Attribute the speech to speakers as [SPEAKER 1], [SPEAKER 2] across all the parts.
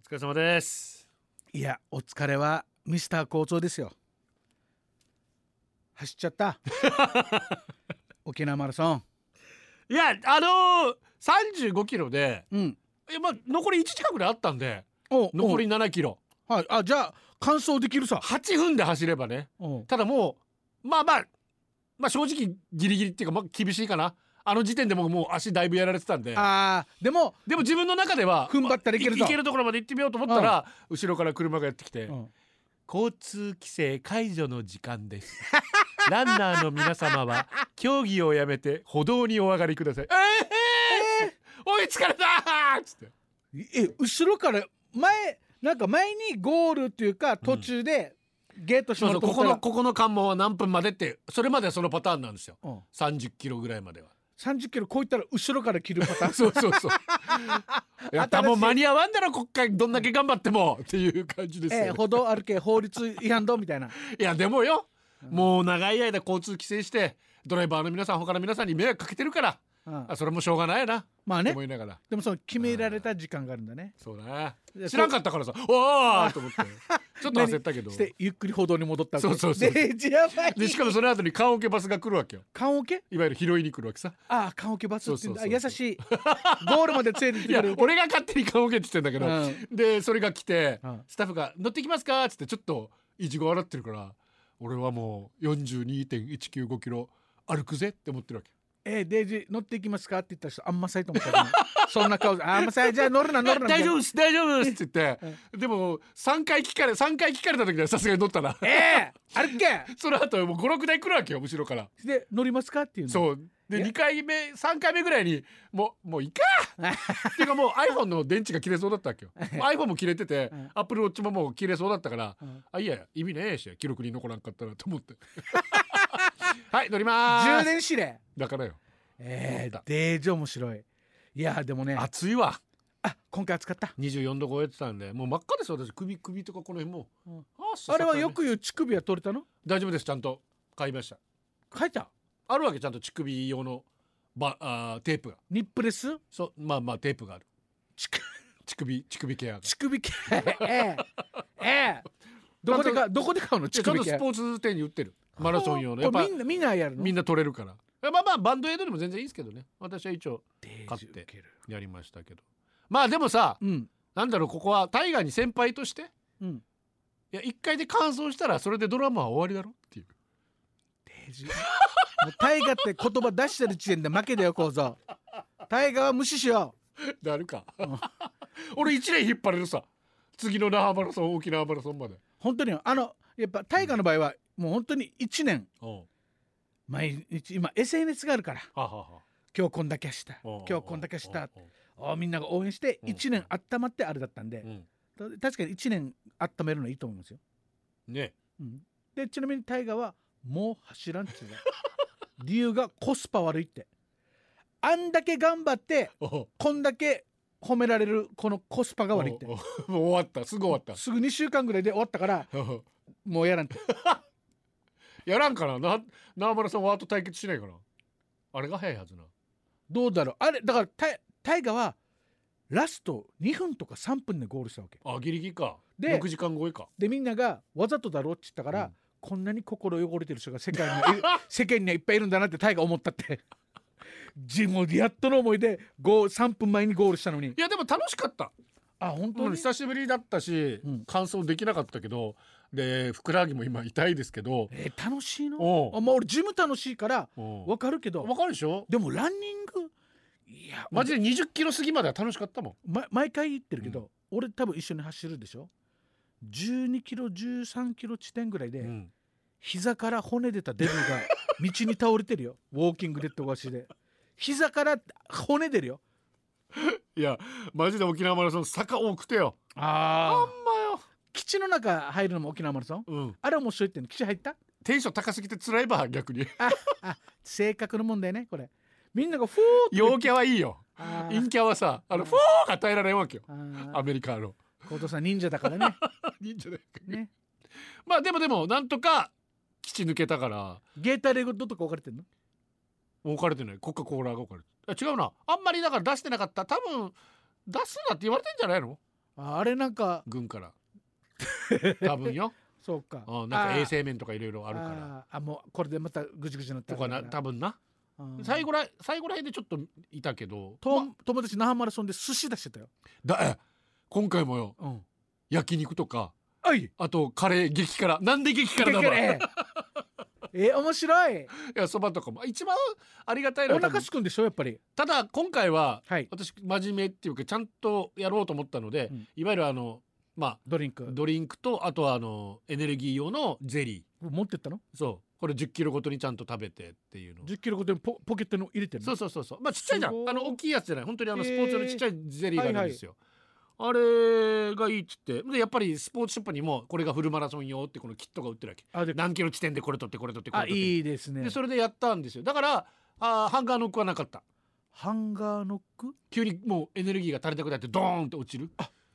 [SPEAKER 1] お疲れ様です
[SPEAKER 2] いやお疲れはミスター校長ですよ走っちゃった 沖縄マラソン
[SPEAKER 1] いやあのー、35キロで
[SPEAKER 2] うん
[SPEAKER 1] いやまあ残り1時間ぐらいあったんで
[SPEAKER 2] おう
[SPEAKER 1] 残り7キロ
[SPEAKER 2] おうはいあじゃあ完走できるさ
[SPEAKER 1] 8分で走ればね
[SPEAKER 2] おう
[SPEAKER 1] ただもうまあまあまあ正直ギリギリっていうか、まあ、厳しいかなあの時点でもうもう足だいぶやられてたんで
[SPEAKER 2] あーでも、
[SPEAKER 1] でも自分の中では
[SPEAKER 2] 踏ん張ったらいけるぞ
[SPEAKER 1] いけるところまで行ってみようと思ったら、後ろから車がやってきて、
[SPEAKER 2] うん
[SPEAKER 1] 交通規制解除の時間ですランナーの皆様は競技をやめて歩道にお上がりくださいえー、え追いつかれたーっつって
[SPEAKER 2] え後ろから前なんか前にゴールっていうか途中でゲート閉
[SPEAKER 1] そう
[SPEAKER 2] ま
[SPEAKER 1] そう
[SPEAKER 2] ると
[SPEAKER 1] こ
[SPEAKER 2] 思った
[SPEAKER 1] こ
[SPEAKER 2] ら、
[SPEAKER 1] のここの関門は何分までってそれまではそのパターンなんですよ
[SPEAKER 2] うん
[SPEAKER 1] 30キロぐらいまでは
[SPEAKER 2] 30キロ超えたら後ろから切るパター ン
[SPEAKER 1] そうそうそういやったもう間に合わんだろ国会どんだけ頑張ってもっていう感じですよ、
[SPEAKER 2] ええ歩道歩け法律違反だみたいない
[SPEAKER 1] やでもよ、もう長い間交通規制してドライバーの皆さん他の皆さんに迷惑かけてるから、
[SPEAKER 2] うん
[SPEAKER 1] あそれもしょうがないな、
[SPEAKER 2] まあ
[SPEAKER 1] と
[SPEAKER 2] ね
[SPEAKER 1] 思いながら
[SPEAKER 2] でもその決められた時間があるんだね
[SPEAKER 1] そうだ
[SPEAKER 2] で
[SPEAKER 1] な知らんかったからさおおと思 ってちょっと焦ったけど
[SPEAKER 2] してゆっくり歩道に戻ったわけ
[SPEAKER 1] そうそうそう
[SPEAKER 2] でやばい
[SPEAKER 1] でしかもその後に棺桶バスが来るわけよ
[SPEAKER 2] 缶オケ
[SPEAKER 1] いわゆる拾いに来るわけさ
[SPEAKER 2] ああ缶オケバスって言うんだ
[SPEAKER 1] そうそうそう
[SPEAKER 2] あ優しいゴールまで連れて
[SPEAKER 1] い
[SPEAKER 2] って
[SPEAKER 1] や
[SPEAKER 2] くれる
[SPEAKER 1] 俺が勝手に棺桶って言ってんだけど、
[SPEAKER 2] う
[SPEAKER 1] でそれが来て、
[SPEAKER 2] うん
[SPEAKER 1] スタッフが「乗ってきますか?」っつってちょっといちご笑ってるから俺はもう42.195キロ歩くぜって思ってるわけ
[SPEAKER 2] えー、デイジー乗っていきますかって言った人あんまさいと思ったらそん な顔であんまさいじゃあ乗るな乗るな
[SPEAKER 1] 大丈
[SPEAKER 2] 夫
[SPEAKER 1] 夫です大丈夫ですって言ってでも3回聞かれ三回聞かれた時にはさすがに乗ったな
[SPEAKER 2] ええ歩け
[SPEAKER 1] その後もう56台来るわけよ後ろから
[SPEAKER 2] で乗りますかっていうの
[SPEAKER 1] そうで
[SPEAKER 2] いや
[SPEAKER 1] 2回目3回目ぐらいにもうもういいか っていうかもう iPhone の電池が切れそうだったわけよ iPhone も切れてて
[SPEAKER 2] うん
[SPEAKER 1] Apple Watch ももう切れそうだったから
[SPEAKER 2] うん
[SPEAKER 1] あいやいや意味ねえし記録に残らんかったなと思って はい乗りまー
[SPEAKER 2] 充
[SPEAKER 1] す
[SPEAKER 2] 電指令
[SPEAKER 1] だからよ乗
[SPEAKER 2] え
[SPEAKER 1] っ
[SPEAKER 2] ー
[SPEAKER 1] た、
[SPEAKER 2] デイジー面白いいやーでもねあ
[SPEAKER 1] 暑いわ
[SPEAKER 2] 今回暑かった
[SPEAKER 1] 24度超えてたんでもう真っ赤ですよ私首首とかこの辺も
[SPEAKER 2] うん
[SPEAKER 1] あ
[SPEAKER 2] あれはよく言う乳首は取れたの
[SPEAKER 1] 大丈夫ですちゃんと買いました
[SPEAKER 2] 書いた
[SPEAKER 1] あるわけちゃんと乳首用のばあーテープが
[SPEAKER 2] ニップレス
[SPEAKER 1] そうまあまあテープがある
[SPEAKER 2] 乳首
[SPEAKER 1] 乳首乳首ケアが
[SPEAKER 2] 乳首ケアええええ どこでかどこで買うの
[SPEAKER 1] ち
[SPEAKER 2] 乳
[SPEAKER 1] ゃんとス
[SPEAKER 2] 首ケア
[SPEAKER 1] ポーツ店に売ってるマラソン用のや
[SPEAKER 2] こ
[SPEAKER 1] っぱ
[SPEAKER 2] れみんなみんなやるの
[SPEAKER 1] みんな取れるからえまあまあバンドエイドでも全然いいですけどね私は一応
[SPEAKER 2] デ
[SPEAKER 1] 買
[SPEAKER 2] ー
[SPEAKER 1] っ
[SPEAKER 2] ジ
[SPEAKER 1] て
[SPEAKER 2] ウケる
[SPEAKER 1] やりましたけどまあでもさ
[SPEAKER 2] うん
[SPEAKER 1] なんだろうここは大河に先輩として
[SPEAKER 2] うん
[SPEAKER 1] いや一回で完走したらそれでドラマは終わりだろっていう
[SPEAKER 2] デージもう大河って言葉出してる時点で負けだよ構造大河は無視しよ
[SPEAKER 1] なるか
[SPEAKER 2] うん
[SPEAKER 1] 俺一年引っ張れるさ次の那覇マラソン沖縄マラソンまで
[SPEAKER 2] う本当にあのやっぱ大河の場合はもう本当に1年
[SPEAKER 1] うんは
[SPEAKER 2] 毎日今 SNS があるから
[SPEAKER 1] あはあはあ
[SPEAKER 2] 今日こんだけした
[SPEAKER 1] うんうんうん
[SPEAKER 2] 今日こんだけした
[SPEAKER 1] うん
[SPEAKER 2] おみんなが応援して
[SPEAKER 1] うん
[SPEAKER 2] 1年温まってあれだったんで
[SPEAKER 1] うんうん
[SPEAKER 2] 確かに1年温めるのいいと思いますよ
[SPEAKER 1] ね
[SPEAKER 2] うんでちなみにタイガはもう走らんっつうの 理由がコスパ悪いってあんだけ頑張って
[SPEAKER 1] お
[SPEAKER 2] こんだけ褒められるこのコスパが悪いって
[SPEAKER 1] おおもう終わったすぐ終わった
[SPEAKER 2] すぐ2週間ぐらいで終わったからもうやらんって
[SPEAKER 1] やらんかなな縄村さんワーと対決しないかなあれが早いはずな
[SPEAKER 2] どうだろうあれだからタイタイガはラスト2分とか3分でゴールしたわけ
[SPEAKER 1] あギリギリか
[SPEAKER 2] で
[SPEAKER 1] 6時間超えか
[SPEAKER 2] でみんながわざとだろうって言ったから、
[SPEAKER 1] うん
[SPEAKER 2] こんなに心汚れてる人が世界 にはい世間にはいっぱいいるんだなってタイガ思ったってジムやっとの思いで3分前にゴールしたのに
[SPEAKER 1] いやでも楽しかった
[SPEAKER 2] あ本当に、
[SPEAKER 1] うん久しぶりだったし、
[SPEAKER 2] うん
[SPEAKER 1] 完走できなかったけどでふくらはぎも今痛いですけど
[SPEAKER 2] えー楽しいの
[SPEAKER 1] おう
[SPEAKER 2] あまあ俺ジム楽しいから
[SPEAKER 1] おう
[SPEAKER 2] わかるけど
[SPEAKER 1] わかるでしょ
[SPEAKER 2] でもランニングいや
[SPEAKER 1] マジで20キロ過ぎまでは楽しかったもん
[SPEAKER 2] ま毎回言ってるけど、俺多分一緒に走るでしょ12キロ13キロ地点ぐらいで、
[SPEAKER 1] うん
[SPEAKER 2] 膝から骨出たデ ブが道に倒れてるよウォーキングデッド越しで膝から骨出るよ
[SPEAKER 1] いやマジで沖縄マラソン坂多くてよ
[SPEAKER 2] あ
[SPEAKER 1] ほんまよ、
[SPEAKER 2] 基地の中入るのも沖縄マラソン
[SPEAKER 1] うん、
[SPEAKER 2] あれ面白いっての基地入った
[SPEAKER 1] テンション高すぎて辛いば逆に
[SPEAKER 2] 性格の問題ねこれみんながフォー
[SPEAKER 1] 陽キャはいいよ
[SPEAKER 2] あー
[SPEAKER 1] 陰キャはさあの
[SPEAKER 2] うん
[SPEAKER 1] フォーが耐えられんわけよ
[SPEAKER 2] あ
[SPEAKER 1] アメリカの
[SPEAKER 2] ー後藤さん忍者だからね
[SPEAKER 1] 忍者だよ
[SPEAKER 2] ね
[SPEAKER 1] まあでもでもなんとか基地抜けたから
[SPEAKER 2] ゲータレードとか置かれてるの
[SPEAKER 1] 置かれてないコカ・コーラが置かれてるあ違うなあんまりだから出してなかった多分出すなって言われてんじゃないの
[SPEAKER 2] ああれなんか
[SPEAKER 1] 軍 から多分よ
[SPEAKER 2] そうか
[SPEAKER 1] うんなんか衛
[SPEAKER 2] あ
[SPEAKER 1] 生面とかいろいろあるから
[SPEAKER 2] あーあもうこれでまたぐちぐちになった
[SPEAKER 1] とかな多分な
[SPEAKER 2] うん
[SPEAKER 1] 最後ら最後らへんでちょっといたけど
[SPEAKER 2] と
[SPEAKER 1] ま
[SPEAKER 2] 友達那覇マラソンで寿司出してたよ、
[SPEAKER 1] だえ今回もよ
[SPEAKER 2] うん、
[SPEAKER 1] 焼肉とか
[SPEAKER 2] おい
[SPEAKER 1] あとカレー激辛なんで激辛だろい
[SPEAKER 2] ええ面白い
[SPEAKER 1] やそばとかも一番ありがたいの
[SPEAKER 2] お
[SPEAKER 1] は多
[SPEAKER 2] 腹
[SPEAKER 1] 分
[SPEAKER 2] すくんでしょやっぱり
[SPEAKER 1] ただ今回は
[SPEAKER 2] はい
[SPEAKER 1] 私真面目っていうかちゃんとやろうと思ったので、
[SPEAKER 2] うん
[SPEAKER 1] いわゆるあのま
[SPEAKER 2] ドリン
[SPEAKER 1] あ
[SPEAKER 2] ク
[SPEAKER 1] ドリンクとあとはあのエネルギー用のゼリ
[SPEAKER 2] 持ってったの
[SPEAKER 1] ーそうこれ1 0キロごとにちゃんと食べてっていうのを
[SPEAKER 2] 1 0キロごとにポポケットに入れてる
[SPEAKER 1] そ
[SPEAKER 2] の
[SPEAKER 1] うそうそうそうまあちっちゃいじゃ
[SPEAKER 2] す
[SPEAKER 1] ん
[SPEAKER 2] ごい
[SPEAKER 1] あの大きいやつじゃない本当にあの
[SPEAKER 2] へ
[SPEAKER 1] ス
[SPEAKER 2] ー
[SPEAKER 1] ポーツ用のちっちゃいゼリーがあるんですよ、あれがいいっつってでやっぱりスポーツショップにもこれがフルマラソン用ってこのキットが売ってるわけ
[SPEAKER 2] あで
[SPEAKER 1] 何キロ地点でこれ取ってこれ取ってこれ
[SPEAKER 2] あ
[SPEAKER 1] 取って
[SPEAKER 2] いいですね
[SPEAKER 1] でそれでやったんですよだからあーハンガーノックはなかった
[SPEAKER 2] ハンガーノック
[SPEAKER 1] 急にもうエネルギーが足りなくなってドーンって落ちる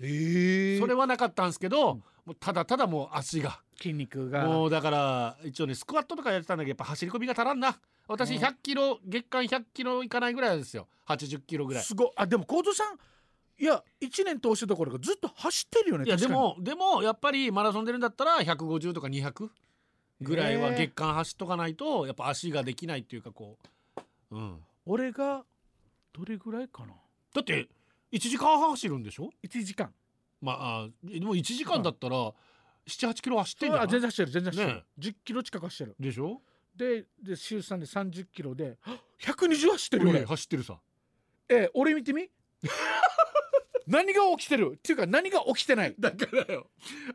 [SPEAKER 2] え
[SPEAKER 1] それはなかったんですけど、
[SPEAKER 2] うん
[SPEAKER 1] もうただただもう足が
[SPEAKER 2] 筋肉が
[SPEAKER 1] もうだから一応ねスクワットとかやってたんだけどやっぱ走り込みが足らんな私
[SPEAKER 2] うん
[SPEAKER 1] 100キロ、月間100キロいかないぐらいなんですよ80キロぐらい
[SPEAKER 2] すごいあでも幸三さんいや1年通してどころかずっと走ってるよね
[SPEAKER 1] いやで
[SPEAKER 2] 確かに
[SPEAKER 1] もでもやっぱりマラソン出るんだったら150とか200ぐらいは
[SPEAKER 2] へえ
[SPEAKER 1] 月間走っとかないとやっぱ足ができないっていうかこう、うん、
[SPEAKER 2] 俺がどれぐらいかな
[SPEAKER 1] だって1時間半走るんでしょ
[SPEAKER 2] 1時間
[SPEAKER 1] まああでも1時間だったら78キロ走ってんじゃな
[SPEAKER 2] あ
[SPEAKER 1] い
[SPEAKER 2] 全然走ってる全然走ってる、
[SPEAKER 1] ね
[SPEAKER 2] 10キロ近く走ってる
[SPEAKER 1] でしょ
[SPEAKER 2] でで週3で30キロではっ120走ってるよ
[SPEAKER 1] 俺
[SPEAKER 2] ね
[SPEAKER 1] 走ってるさ
[SPEAKER 2] ええ俺見 てみ何が起きてるっていうか何が起きてない
[SPEAKER 1] だからよ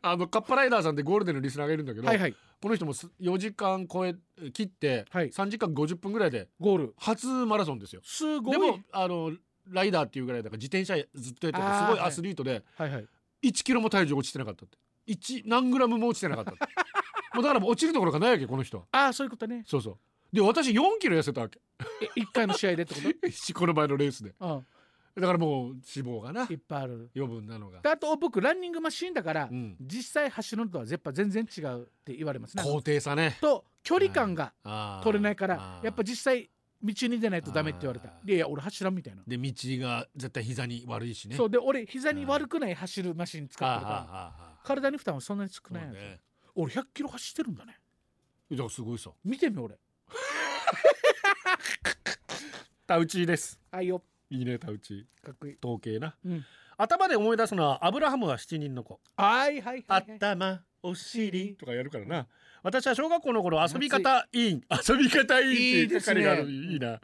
[SPEAKER 1] あのカッパライダーさんってゴールデンのリスナーがいるんだけど、
[SPEAKER 2] はいはい
[SPEAKER 1] この人もす4時間超え切って
[SPEAKER 2] はい
[SPEAKER 1] 3時間50分ぐらいで
[SPEAKER 2] ゴール
[SPEAKER 1] 初マラソンですよ
[SPEAKER 2] すごい
[SPEAKER 1] でもあのライダーっていうぐらいだから自転車ずっとやってて
[SPEAKER 2] あー
[SPEAKER 1] すごいアスリートで
[SPEAKER 2] はいはい
[SPEAKER 1] 1キロも体重落ちてなかったって1何グラムも落ちてなかったって もうだからもう落ちるところがないわけこの人は
[SPEAKER 2] ああそういうことね
[SPEAKER 1] そうそうで私4キロ痩せたわ け
[SPEAKER 2] 1回の試合 でってこ
[SPEAKER 1] この前のレースで
[SPEAKER 2] と、
[SPEAKER 1] だからもう脂肪がな
[SPEAKER 2] うん、いっぱいある
[SPEAKER 1] 余分なのが
[SPEAKER 2] であと僕ランニングマシーンだから、
[SPEAKER 1] うん
[SPEAKER 2] 実際走るのとはやっぱ全然違うって言われますね
[SPEAKER 1] 高低差ね
[SPEAKER 2] と距離感が取
[SPEAKER 1] 取
[SPEAKER 2] れないからやっぱ実際道に出ないとダメって言われた
[SPEAKER 1] あー
[SPEAKER 2] いやいや俺走らんみたいな、
[SPEAKER 1] で道が絶対膝に悪いしね
[SPEAKER 2] そうで俺膝に悪くない走るマシン使
[SPEAKER 1] は
[SPEAKER 2] っ
[SPEAKER 1] あ
[SPEAKER 2] てる
[SPEAKER 1] は
[SPEAKER 2] から
[SPEAKER 1] あはあ
[SPEAKER 2] 体に負担はそんなに少
[SPEAKER 1] そう
[SPEAKER 2] ないやつ、
[SPEAKER 1] ね
[SPEAKER 2] 俺100キロ走ってるんだね
[SPEAKER 1] だからすごいさ
[SPEAKER 2] 見てみ俺
[SPEAKER 1] 田内です
[SPEAKER 2] あいよ
[SPEAKER 1] いいね田内
[SPEAKER 2] かっこいい、
[SPEAKER 1] 統計な
[SPEAKER 2] うん、
[SPEAKER 1] 頭で思い出すのはアブラハムは七人の子
[SPEAKER 2] はいはいはい、はい、
[SPEAKER 1] 頭お尻とかやるからな私は小学校の頃遊び方委員 遊び方委員
[SPEAKER 2] いい
[SPEAKER 1] っていう
[SPEAKER 2] ですね
[SPEAKER 1] 係があるいいな、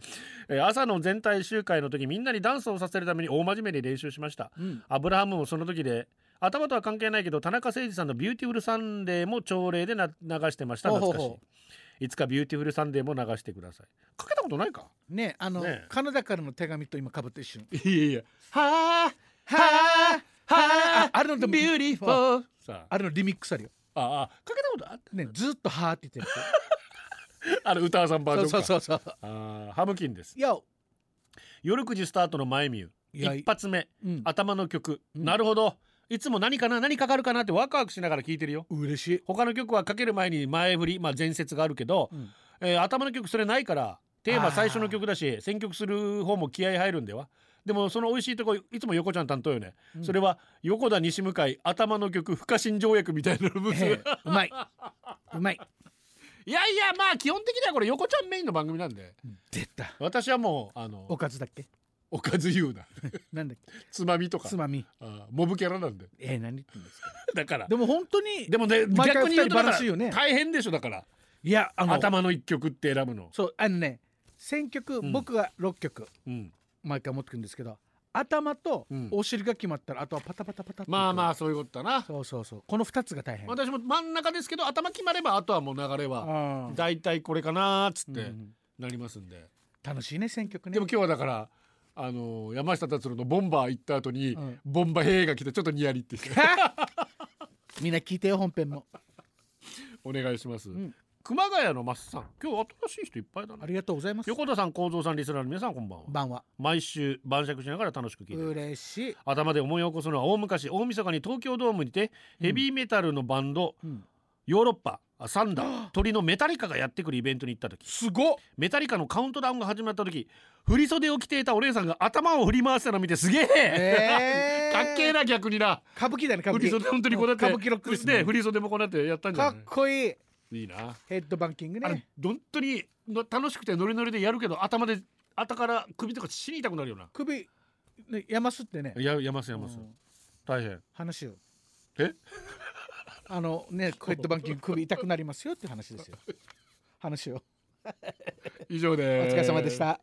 [SPEAKER 1] えー朝の全体集会の時みんなにダンスをさせるために大真面目に練習しました
[SPEAKER 2] うん、
[SPEAKER 1] アブラハムもその時で頭とは関係ないけど田中誠二さんの「ビューティフルサンデー」も朝礼でな流してました
[SPEAKER 2] ほうほう
[SPEAKER 1] 懐
[SPEAKER 2] ほ
[SPEAKER 1] か
[SPEAKER 2] う
[SPEAKER 1] しいいつか「ビューティフルサンデー」も流してくださいかけたことないか
[SPEAKER 2] ねあの
[SPEAKER 1] ねえ
[SPEAKER 2] カナダからの手紙と今かぶって一緒に
[SPEAKER 1] いやいやはあ
[SPEAKER 2] は
[SPEAKER 1] あ
[SPEAKER 2] ああれのでも
[SPEAKER 1] ビューティフォーさあ
[SPEAKER 2] あれのリミックスあるよ
[SPEAKER 1] ああかけたことあった
[SPEAKER 2] ねずっとはーって言って
[SPEAKER 1] あの歌わさんバージョ
[SPEAKER 2] る
[SPEAKER 1] ンか
[SPEAKER 2] そうそうそうそう
[SPEAKER 1] あーハムキンです
[SPEAKER 2] いや
[SPEAKER 1] 夜9時スタートの前ミュ
[SPEAKER 2] いや
[SPEAKER 1] ー一発目
[SPEAKER 2] うん
[SPEAKER 1] 頭の曲、
[SPEAKER 2] うん
[SPEAKER 1] なるほどいつも何かな何かかるかなってワクワクしながら聴いてるよ
[SPEAKER 2] 嬉しい、
[SPEAKER 1] 他の曲はかける前に前振り、まあ、前説があるけど、
[SPEAKER 2] うん
[SPEAKER 1] えー頭の曲それないからテー
[SPEAKER 2] あ
[SPEAKER 1] マ
[SPEAKER 2] ー
[SPEAKER 1] 最初の曲だし選曲する方も気合入るんではでもその美味しいとこいつも横ちゃん担当よね、
[SPEAKER 2] うん
[SPEAKER 1] それは横田西向井頭の曲不可侵条約みたいなのブス、
[SPEAKER 2] ええうまいうまい
[SPEAKER 1] いやいやまあ基本的にはこれ横ちゃんメインの番組なんで
[SPEAKER 2] 出た
[SPEAKER 1] 私はもうあの
[SPEAKER 2] おかずだっけ
[SPEAKER 1] おかず言うな
[SPEAKER 2] なんだっ
[SPEAKER 1] つまみと
[SPEAKER 2] け
[SPEAKER 1] か
[SPEAKER 2] つまみ
[SPEAKER 1] あーモブキャラなんで
[SPEAKER 2] えー、何言ってんですか
[SPEAKER 1] だから
[SPEAKER 2] でも本当に
[SPEAKER 1] でもね
[SPEAKER 2] 毎回
[SPEAKER 1] 逆に言うとだか
[SPEAKER 2] 二人バラ
[SPEAKER 1] ら
[SPEAKER 2] すよね
[SPEAKER 1] 大変でしょだから
[SPEAKER 2] いやあの
[SPEAKER 1] 頭の一曲って選ぶの、
[SPEAKER 2] そうあのね選曲、
[SPEAKER 1] ん
[SPEAKER 2] 僕が6曲
[SPEAKER 1] うん、
[SPEAKER 2] 毎回持ってくるんですけど頭と
[SPEAKER 1] うん
[SPEAKER 2] お尻が決まったら、あとはパタパタパタって
[SPEAKER 1] まあま
[SPEAKER 2] あ
[SPEAKER 1] あそういうことだな
[SPEAKER 2] そうそうそうこの2つが大変
[SPEAKER 1] 私も真ん中ですけど頭決まればあとはもう流れは
[SPEAKER 2] あー
[SPEAKER 1] 大体これかなーっつっ
[SPEAKER 2] う
[SPEAKER 1] て
[SPEAKER 2] ん
[SPEAKER 1] なりますんで、
[SPEAKER 2] 楽しいね選曲ね
[SPEAKER 1] でも今日はだからあのー山下達郎の「ボンバー」行った後に、
[SPEAKER 2] うん
[SPEAKER 1] ボンバー映が来てちょっとニヤリって して
[SPEAKER 2] みんな聞いてよ本編も
[SPEAKER 1] お願いします、
[SPEAKER 2] ん
[SPEAKER 1] 熊谷のマスさん今日新しい人いっぱいだ
[SPEAKER 2] あ
[SPEAKER 1] ね
[SPEAKER 2] りがとうございますこ
[SPEAKER 1] 横田さん幸三さんリスナーの皆さんこんばんは
[SPEAKER 2] 晩は
[SPEAKER 1] 毎週晩酌しながら楽しく聞いています
[SPEAKER 2] 嬉しい、
[SPEAKER 1] 頭で思い起 こすのは大昔大晦日に東京ドームにてヘビーメタルのバンド、
[SPEAKER 2] うん
[SPEAKER 1] ヨーロッパあサンダ ー鳥のメタリカがやってくるイベントに行った時
[SPEAKER 2] すごっ
[SPEAKER 1] メタリカのカウントダウンが始まった時振り袖を着ていたお姉さんが頭を振り回したの見てすげえ、
[SPEAKER 2] えー
[SPEAKER 1] かっけえな逆にな
[SPEAKER 2] 歌舞伎だね歌
[SPEAKER 1] 振
[SPEAKER 2] 舞
[SPEAKER 1] り
[SPEAKER 2] 伎
[SPEAKER 1] 袖本当にこうなって
[SPEAKER 2] 歌舞伎ロックですね
[SPEAKER 1] ね振り袖もこうなってやったんじ
[SPEAKER 2] か
[SPEAKER 1] ゃ
[SPEAKER 2] っ
[SPEAKER 1] な
[SPEAKER 2] こいい
[SPEAKER 1] いいいな
[SPEAKER 2] ヘッドバンキング
[SPEAKER 1] あれ
[SPEAKER 2] ね
[SPEAKER 1] 本当にの楽しくてノリノリでやるけど頭で頭から首とか死に痛くなるよな
[SPEAKER 2] 首ねやますってね
[SPEAKER 1] ややますやます、
[SPEAKER 2] うん
[SPEAKER 1] 大変
[SPEAKER 2] 話を
[SPEAKER 1] え
[SPEAKER 2] あのねヘッドバンキング首 痛くなりますよって話ですよ話を
[SPEAKER 1] 以上
[SPEAKER 2] お
[SPEAKER 1] で
[SPEAKER 2] 疲れ様でした